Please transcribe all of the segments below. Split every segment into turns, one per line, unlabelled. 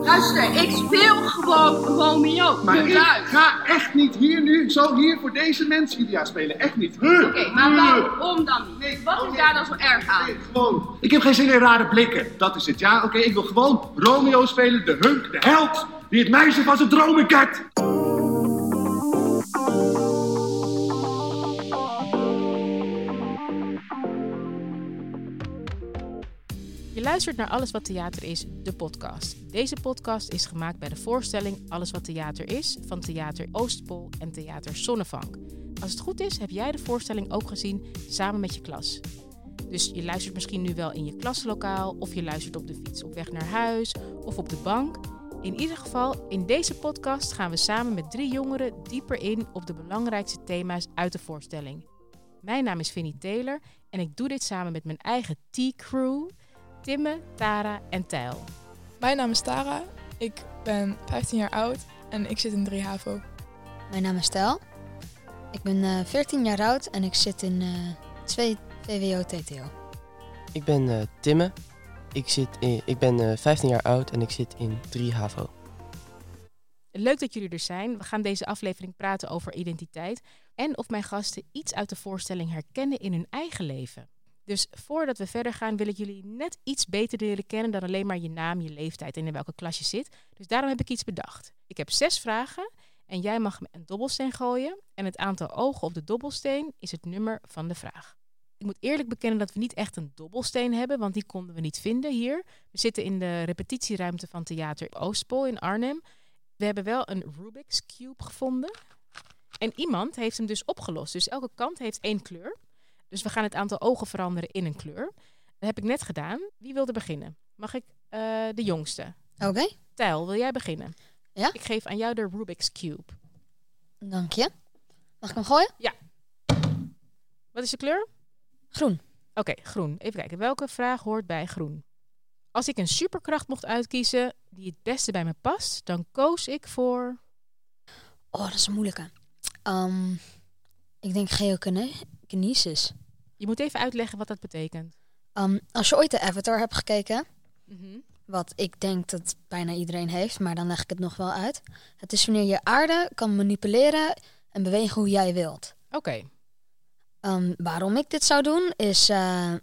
Luister, ik speel gewoon Romeo.
Maar
de
ik
Ruif.
ga echt niet hier nu, zo hier voor deze mensen Julia spelen. Echt niet. Oh,
Oké, maar waarom dan niet? Wat is daar dan zo erg aan?
Nee, gewoon. Ik heb geen zin in rare blikken. Dat is het, ja? Oké, ik wil gewoon Romeo spelen, de hunk, de held. Die het meisje van zijn dromen kent.
Je luistert naar Alles wat Theater is, de podcast. Deze podcast is gemaakt bij de voorstelling Alles wat Theater is van Theater Oostpol en Theater Zonnevank. Als het goed is, heb jij de voorstelling ook gezien samen met je klas. Dus je luistert misschien nu wel in je klaslokaal, of je luistert op de fiets op weg naar huis of op de bank. In ieder geval, in deze podcast gaan we samen met drie jongeren dieper in op de belangrijkste thema's uit de voorstelling. Mijn naam is Vinnie Taylor en ik doe dit samen met mijn eigen T-crew. Timme, Tara en Tijl.
Mijn naam is Tara, ik ben 15 jaar oud en ik zit in 3 HAVO.
Mijn naam is Tel. Ik ben eh, 14 jaar oud en ik zit in eh 2 VWO TTO.
Ik ben eh, Timme. Ik, zit in, ik ben eh, 15 jaar oud en ik zit in 3 HAVO.
Leuk dat jullie er zijn. We gaan deze aflevering praten over identiteit en of mijn gasten iets uit de voorstelling herkennen in hun eigen leven. Dus voordat we verder gaan, wil ik jullie net iets beter leren kennen dan alleen maar je naam, je leeftijd en in welke klas je zit. Dus daarom heb ik iets bedacht. Ik heb zes vragen en jij mag me een dobbelsteen gooien. En het aantal ogen op de dobbelsteen is het nummer van de vraag. Ik moet eerlijk bekennen dat we niet echt een dobbelsteen hebben, want die konden we niet vinden hier. We zitten in de repetitieruimte van Theater Oostpol in Arnhem. We hebben wel een Rubik's Cube gevonden. En iemand heeft hem dus opgelost. Dus elke kant heeft één kleur. Dus we gaan het aantal ogen veranderen in een kleur. Dat heb ik net gedaan. Wie wilde beginnen? Mag ik eh, de jongste?
Oké,
Tijl, wil jij beginnen?
Ja.
Ik geef aan jou de Rubik's Cube.
dank je. Mag ik hem gooien?
Wat is de kleur?
Groen.
Oké, groen. Even kijken. Welke vraag hoort bij groen? Als ik een superkracht mocht uitkiezen die het beste bij me past, dan koos ik voor.
Oh, dat is een moeilijke. Ehm, ik denk geokinesis.
Je moet even uitleggen wat dat betekent.
Ehm, als je ooit de Avatar hebt gekeken,
Mhm.
wat ik denk dat bijna iedereen heeft, maar dan leg ik het nog wel uit. Het is wanneer je aarde kan manipuleren en bewegen hoe jij wilt.
Oké.
Ehm, waarom ik dit zou doen is, eh,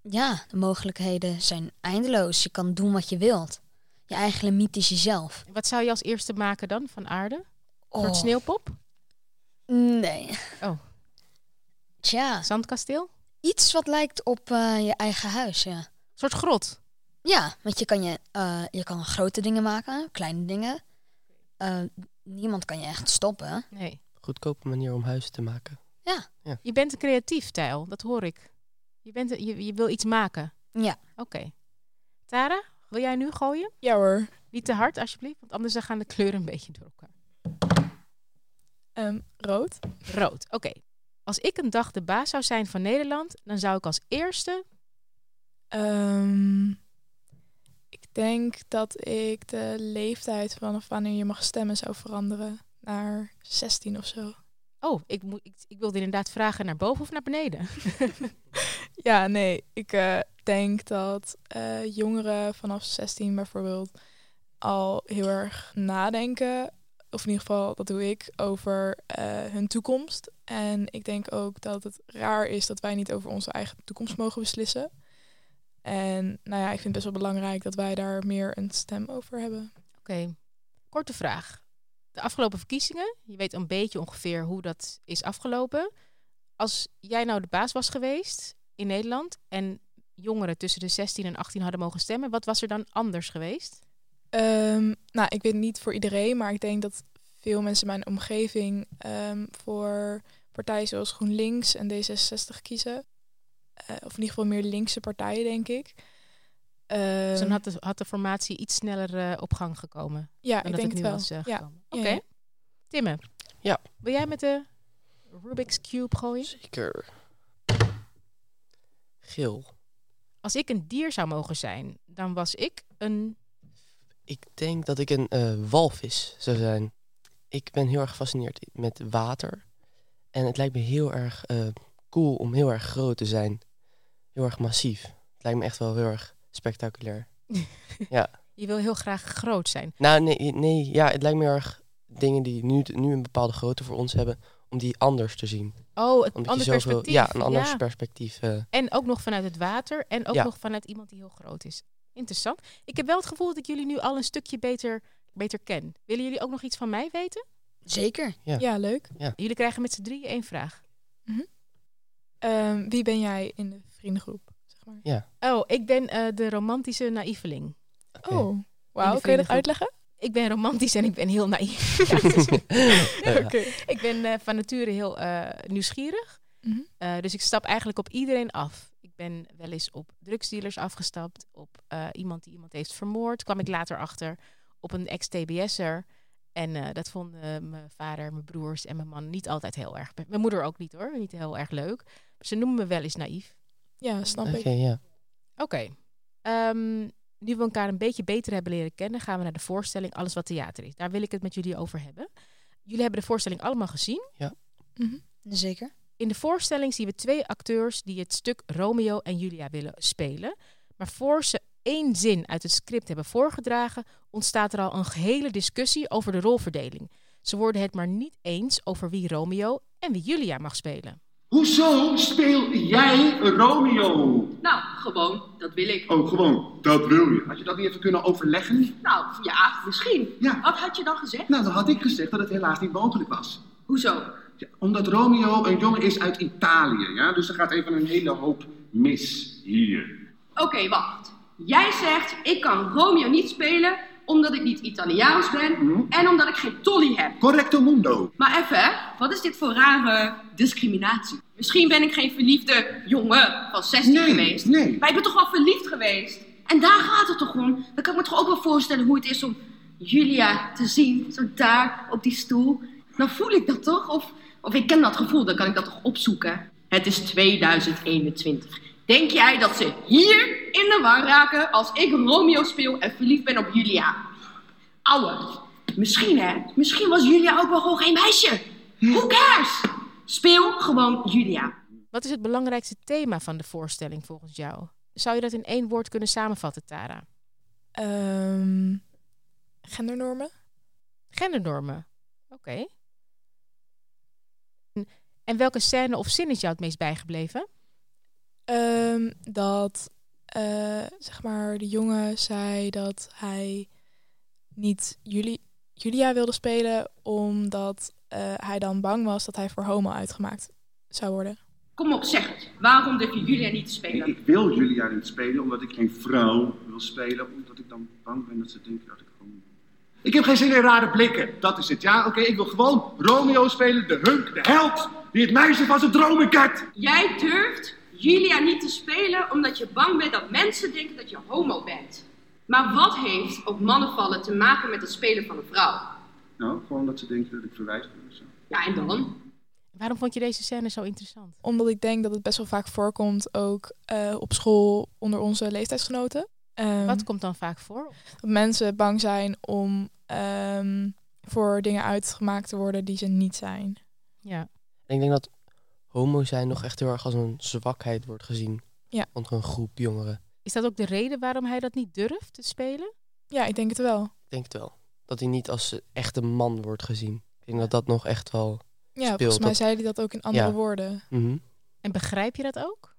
ja, de mogelijkheden zijn eindeloos. Je kan doen wat je wilt. Je eigen limiet is jezelf.
Wat zou je als eerste maken dan van aarde? Een soort
Oh,
sneeuwpop?
Nee.
Oh.
Tja,
Zandkasteel? Een
iets wat lijkt op eh, je eigen huis, ja.
soort grot?
Ja, want je kan, je, eh, je kan grote dingen maken, kleine dingen. Eh, niemand kan je echt stoppen.
Nee.
Goedkope manier om huizen te maken.
Je bent een creatief tijl, dat hoor ik. Je, bent een- je, je wil iets maken.
Ja.
Oké. Tara, wil jij nu gooien?
Ja hoor.
Niet te hard, alsjeblieft, want anders dan gaan de kleuren een beetje door elkaar.
Ehm, rood.
Rood, oké. Als ik een dag de baas zou zijn van Nederland, dan zou ik als eerste...
Ehm, ik denk dat ik de leeftijd vanaf wanneer je mag stemmen zou veranderen naar 16 of zo.
Oh, ik, moet, ik, ik wilde inderdaad vragen naar boven of naar beneden.
Ja, nee, ik eh, denk dat eh, jongeren vanaf 16 bijvoorbeeld al heel erg nadenken, of in ieder geval dat doe ik, over eh, hun toekomst. En ik denk ook dat het raar is dat wij niet over onze eigen toekomst mogen beslissen. En nou ja, ik vind het best wel belangrijk dat wij daar meer een stem over hebben.
Oké, korte vraag. De afgelopen verkiezingen, je weet een beetje ongeveer hoe dat is afgelopen. Als jij nou de baas was geweest in Nederland en jongeren tussen de 16 en 18 hadden mogen stemmen, wat was er dan anders geweest?
Eh.
Ehm, nou, ik weet niet voor iedereen, maar ik denk dat veel mensen in mijn omgeving ehm, voor partijen zoals GroenLinks en D66 kiezen. Eh, of in ieder geval meer linkse partijen, denk ik.
dus dan
Ehm,
had de, had de formatie iets sneller eh, op gang gekomen
ja,
dan
ik
dat
denk
het nu
het wel.
was eh,
ja.
gekomen. Oké.
ja, ja.
Timme.
Ja.
Wil jij met de Rubik's Cube gooien?
Zeker. Geel.
Als ik een dier zou mogen zijn, dan was ik een...
Ik denk dat ik een eh, walvis zou zijn. Ik ben heel erg gefascineerd met water. En het lijkt me heel erg eh, cool om heel erg groot te zijn. Heel erg massief. Het lijkt me echt wel heel erg spectaculair.
Je wil heel graag groot zijn.
Nou, nee, nee ja, het lijkt me heel erg dingen die nu, nu een bepaalde grootte voor ons hebben, om die anders te zien.
Oh, het
Omdat
ander
je zoveel,
perspectief.
ja, een ander perspectief. eh,
En ook nog vanuit het water en ook
Ja.
nog vanuit iemand die heel groot is. Interessant. Ik heb wel het gevoel dat ik jullie nu al een stukje beter, beter ken. Willen jullie ook nog iets van mij weten?
Zeker.
Ja.
Ja, leuk.
Jullie krijgen met z'n drieën één vraag.
Ehm, wie ben jij in de vriendengroep? Zeg maar?
Oh, ik ben eh, de romantische naïveling.
Oké.
Oh, wauw. Kun je dat
vriendengroep.
uitleggen?
Ik ben romantisch en ik ben heel naïef. Ja, het is-
Ja.
Oké.
ik ben eh, van nature heel eh, nieuwsgierig.
Mhm.
Eh, dus ik stap eigenlijk op iedereen af. Ik ben wel eens op drugsdealers afgestapt, op eh, iemand die iemand heeft vermoord, kwam ik later achter, op een ex-TBS'er. En eh, dat vonden eh, mijn vader, mijn broers en mijn man niet altijd heel erg. Mijn moeder ook niet hoor, niet heel erg leuk. Ze noemen me wel eens naïef.
Ja, snap
Oké,
ik.
ja.
Oké. Ehm, nu we elkaar een beetje beter hebben leren kennen, gaan we naar de voorstelling Alles wat Theater is. Daar wil ik het met jullie over hebben. Jullie hebben de voorstelling allemaal gezien.
Mhm.
Zeker.
In de voorstelling zien we twee acteurs die het stuk Romeo en Julia willen spelen. Maar voor ze één zin uit het script hebben voorgedragen, ontstaat er al een gehele discussie over de rolverdeling. Ze worden het maar niet eens over wie Romeo en wie Julia mag spelen.
Hoezo speel jij Romeo?
Nou, gewoon, dat wil ik.
Oh, gewoon, dat wil je. Had je dat niet even kunnen overleggen?
Nou, ja, misschien.
Ja.
Wat had je dan gezegd?
Nou, dan had ik gezegd dat het helaas niet mogelijk was.
Hoezo?
Ja, omdat Romeo een jongen is uit Italië, ja? Dus er gaat even een hele hoop mis hier.
Oké, wacht. Jij zegt, ik kan Romeo niet spelen omdat ik niet Italiaans ben
Hm?
en omdat ik geen tolly heb.
Correcto mundo.
Maar even, hè? wat is dit voor rare discriminatie? Misschien ben ik geen verliefde jongen van 16
Nee,
geweest.
nee.
Maar ik ben toch wel verliefd geweest. En daar gaat het toch om? Dan kan ik me toch ook wel voorstellen hoe het is om Julia te zien, zo daar op die stoel. Dan voel ik dat toch? Of, of ik ken dat gevoel, dan kan ik dat toch opzoeken? Het is 2021. Denk jij dat ze hier in de war raken als ik Romeo speel en verliefd ben op Julia? Ouwe, misschien hè, misschien was Julia ook wel gewoon geen meisje. Who cares? Speel gewoon Julia.
Wat is het belangrijkste thema van de voorstelling volgens jou? Zou je dat in één woord kunnen samenvatten, Tara?
Ehm, gendernormen?
Gendernormen. Oké. En- En welke scène of zin is jou het meest bijgebleven?
Ehm, dat eh, zeg maar de jongen zei dat hij niet Juli- Julia wilde spelen omdat eh, hij dan bang was dat hij voor homo uitgemaakt zou worden.
Kom op, zeg het. Waarom durf je Julia niet te
Ik,
spelen?
ik wil Julia niet spelen, omdat ik geen vrouw wil spelen. Omdat ik dan bang ben dat ze denken dat ik gewoon... Ik heb geen zin in rare blikken, dat is het, ja? Oké, ik wil gewoon Romeo spelen, de hunk, de held. Die het meisje van zijn dromen kent.
Jij durft Julia niet te spelen omdat je bang bent dat mensen denken dat je homo bent. Maar wat heeft op mannenvallen te maken met het spelen van een vrouw?
Nou, gewoon dat ze denken dat ik verwijst ben of zo.
Ja, en dan?
Waarom vond je deze scène zo interessant?
Omdat ik denk dat het best wel vaak voorkomt, ook eh, op school onder onze leeftijdsgenoten. Ehm,
Wat komt dan vaak voor?
dat mensen bang zijn om ehm, voor dingen uitgemaakt te worden die ze niet zijn.
Ja.
En ik denk dat homo zijn nog echt heel erg als een zwakheid wordt gezien.
Ja.
Onder een groep jongeren.
Is dat ook de reden waarom hij dat niet durft te spelen?
Ja, ik denk het wel.
Ik denk het wel. Dat hij niet als eh, echt een man wordt gezien. Ik denk dat dat nog echt wel...
Ja,
Speelt
volgens mij
dat-
zei hij dat ook in andere
Ja.
woorden.
Mhm.
En begrijp je dat ook?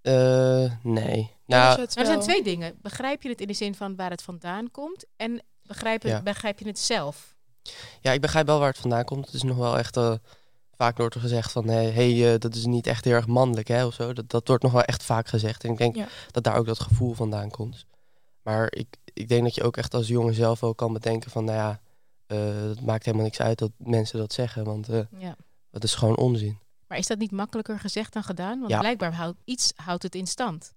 Eh, nee.
Ja,
Nou,
dat is
Er zijn
wel.
twee dingen. Begrijp je het in de zin van waar het vandaan komt? En begrijp, het-
Ja.
begrijp je het zelf?
ja, ik begrijp wel waar het vandaan komt. Het is nog wel echt... eh, vaak wordt er gezegd van... Hé, hey, eh, dat is niet echt heel erg mannelijk, hè, of zo. Dat, dat wordt nog wel echt vaak gezegd. En ik denk
Ja.
dat daar ook dat gevoel vandaan komt. Maar ik, ik denk dat je ook echt als jongen zelf ook kan bedenken van... Nou ja, eh, het maakt helemaal niks uit dat mensen dat zeggen. Want eh,
Ja.
dat is gewoon onzin.
Maar is dat niet makkelijker gezegd dan gedaan? Want
Ja.
blijkbaar houdt iets houdt het in stand.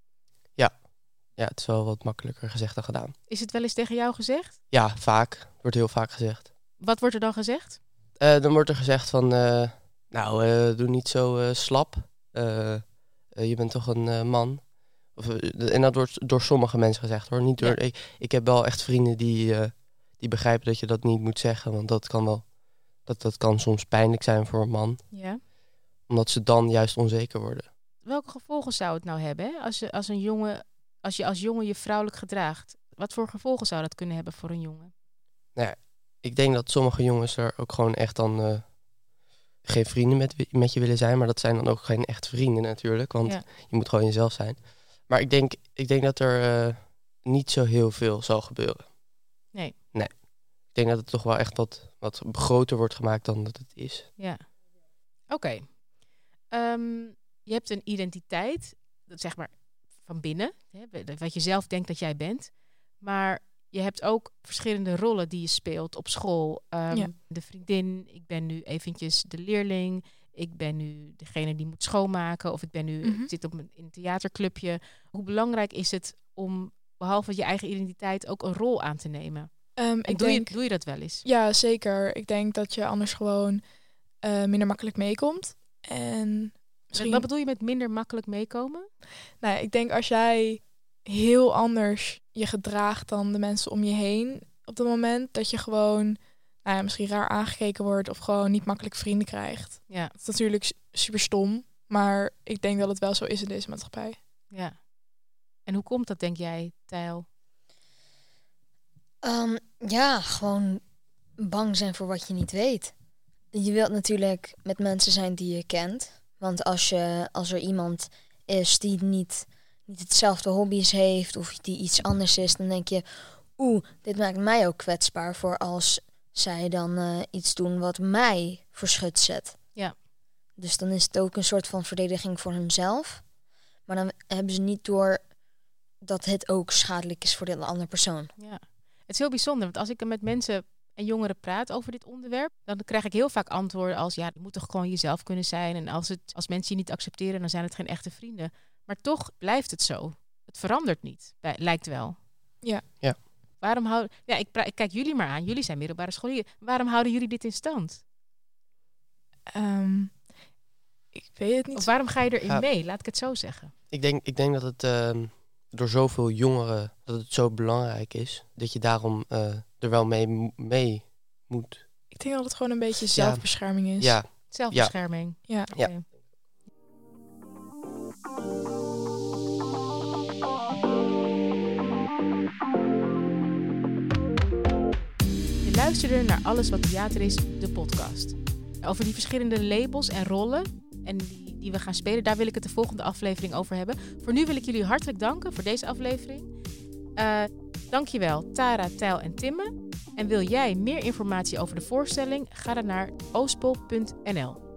Ja, het is wel wat makkelijker gezegd dan gedaan.
Is het wel eens tegen jou gezegd?
Ja, vaak. Het wordt heel vaak gezegd.
Wat wordt er dan gezegd?
Eh, dan wordt er gezegd van, eh, nou, eh, doe niet zo eh, slap. Eh, eh, je bent toch een eh, man. Of, eh, en dat wordt door sommige mensen gezegd hoor. Niet door,
Ja.
ik, ik heb wel echt vrienden die, eh, die begrijpen dat je dat niet moet zeggen. Want dat kan wel, dat, dat kan soms pijnlijk zijn voor een man.
Ja.
Omdat ze dan juist onzeker worden.
Welke gevolgen zou het nou hebben hè? Als, je, als, een jongen, als je als jongen je vrouwelijk gedraagt? Wat voor gevolgen zou dat kunnen hebben voor een jongen?
Ik denk dat sommige jongens er ook gewoon echt dan eh, geen vrienden met, wi- met je willen zijn. Maar dat zijn dan ook geen echt vrienden natuurlijk. Want
Ja.
je moet gewoon jezelf zijn. Maar ik denk, ik denk dat er eh, niet zo heel veel zal gebeuren.
Nee.
Nee. Ik denk dat het toch wel echt wat, wat groter wordt gemaakt dan dat het is.
Ja. Oké. Ehm, je hebt een identiteit, dat zeg maar van binnen, hè, wat je zelf denkt dat jij bent. Maar je hebt ook verschillende rollen die je speelt op school. Ehm,
Ja.
De vriendin, ik ben nu eventjes de leerling. Ik ben nu degene die moet schoonmaken. Of ik ben nu
Mhm.
ik zit op een, in een theaterclubje. Hoe belangrijk is het om behalve je eigen identiteit ook een rol aan te nemen?
Ehm,
En
ik
doe,
denk,
je, doe je dat wel eens?
Ja, zeker. Ik denk dat je anders gewoon eh, minder makkelijk meekomt. En misschien...
Wat bedoel je met minder makkelijk meekomen?
Nou, ik denk als jij heel anders je gedraagt dan de mensen om je heen op dat moment, dat je gewoon nou ja, misschien raar aangekeken wordt of gewoon niet makkelijk vrienden krijgt.
Ja.
Dat is natuurlijk su- super stom, maar ik denk dat het wel zo is in deze maatschappij.
Ja. En hoe komt dat, denk jij, Tijl?
Ehm, ja, gewoon bang zijn voor wat je niet weet. Je wilt natuurlijk met mensen zijn die je kent. Want als, je, als er iemand is die niet, niet hetzelfde hobby's heeft of die iets anders is, dan denk je, oeh, dit maakt mij ook kwetsbaar voor als zij dan eh, iets doen wat mij verschut zet.
Ja.
Dus dan is het ook een soort van verdediging voor hemzelf. Maar dan hebben ze niet door dat het ook schadelijk is voor de andere persoon.
Ja. Het is heel bijzonder, want als ik dan met mensen en jongeren praat over dit onderwerp, dan krijg ik heel vaak antwoorden als, ja, je moet toch gewoon jezelf kunnen zijn. En als, het, als mensen je niet accepteren, dan zijn het geen echte vrienden. Maar toch blijft het zo. Het verandert niet, bij- lijkt wel.
Ja.
Ja.
Waarom houden... Ja, ik, pra- ik kijk jullie maar aan. Jullie zijn middelbare scholieren. Waarom houden jullie dit in stand?
Ehm, ik weet het niet.
Of waarom ga je erin
Ja.
mee? Laat ik het zo zeggen.
Ik denk, ik denk dat het ehm, door zoveel jongeren dat het zo belangrijk is dat je daarom eh, er wel mee, mo- mee moet.
Ik denk dat het gewoon een beetje zelfbescherming is.
Ja,
Zelfbescherming.
Ja.
Ja.
Oké. Je luisterde naar Alles Wat Theater is, de podcast. Over die verschillende labels en rollen en die, die we gaan spelen, daar wil ik het de volgende aflevering over hebben. Voor nu wil ik jullie hartelijk danken voor deze aflevering. Eh dankjewel Tara, Tijl en Timme. En wil jij meer informatie over de voorstelling? Ga dan naar oospol.nl.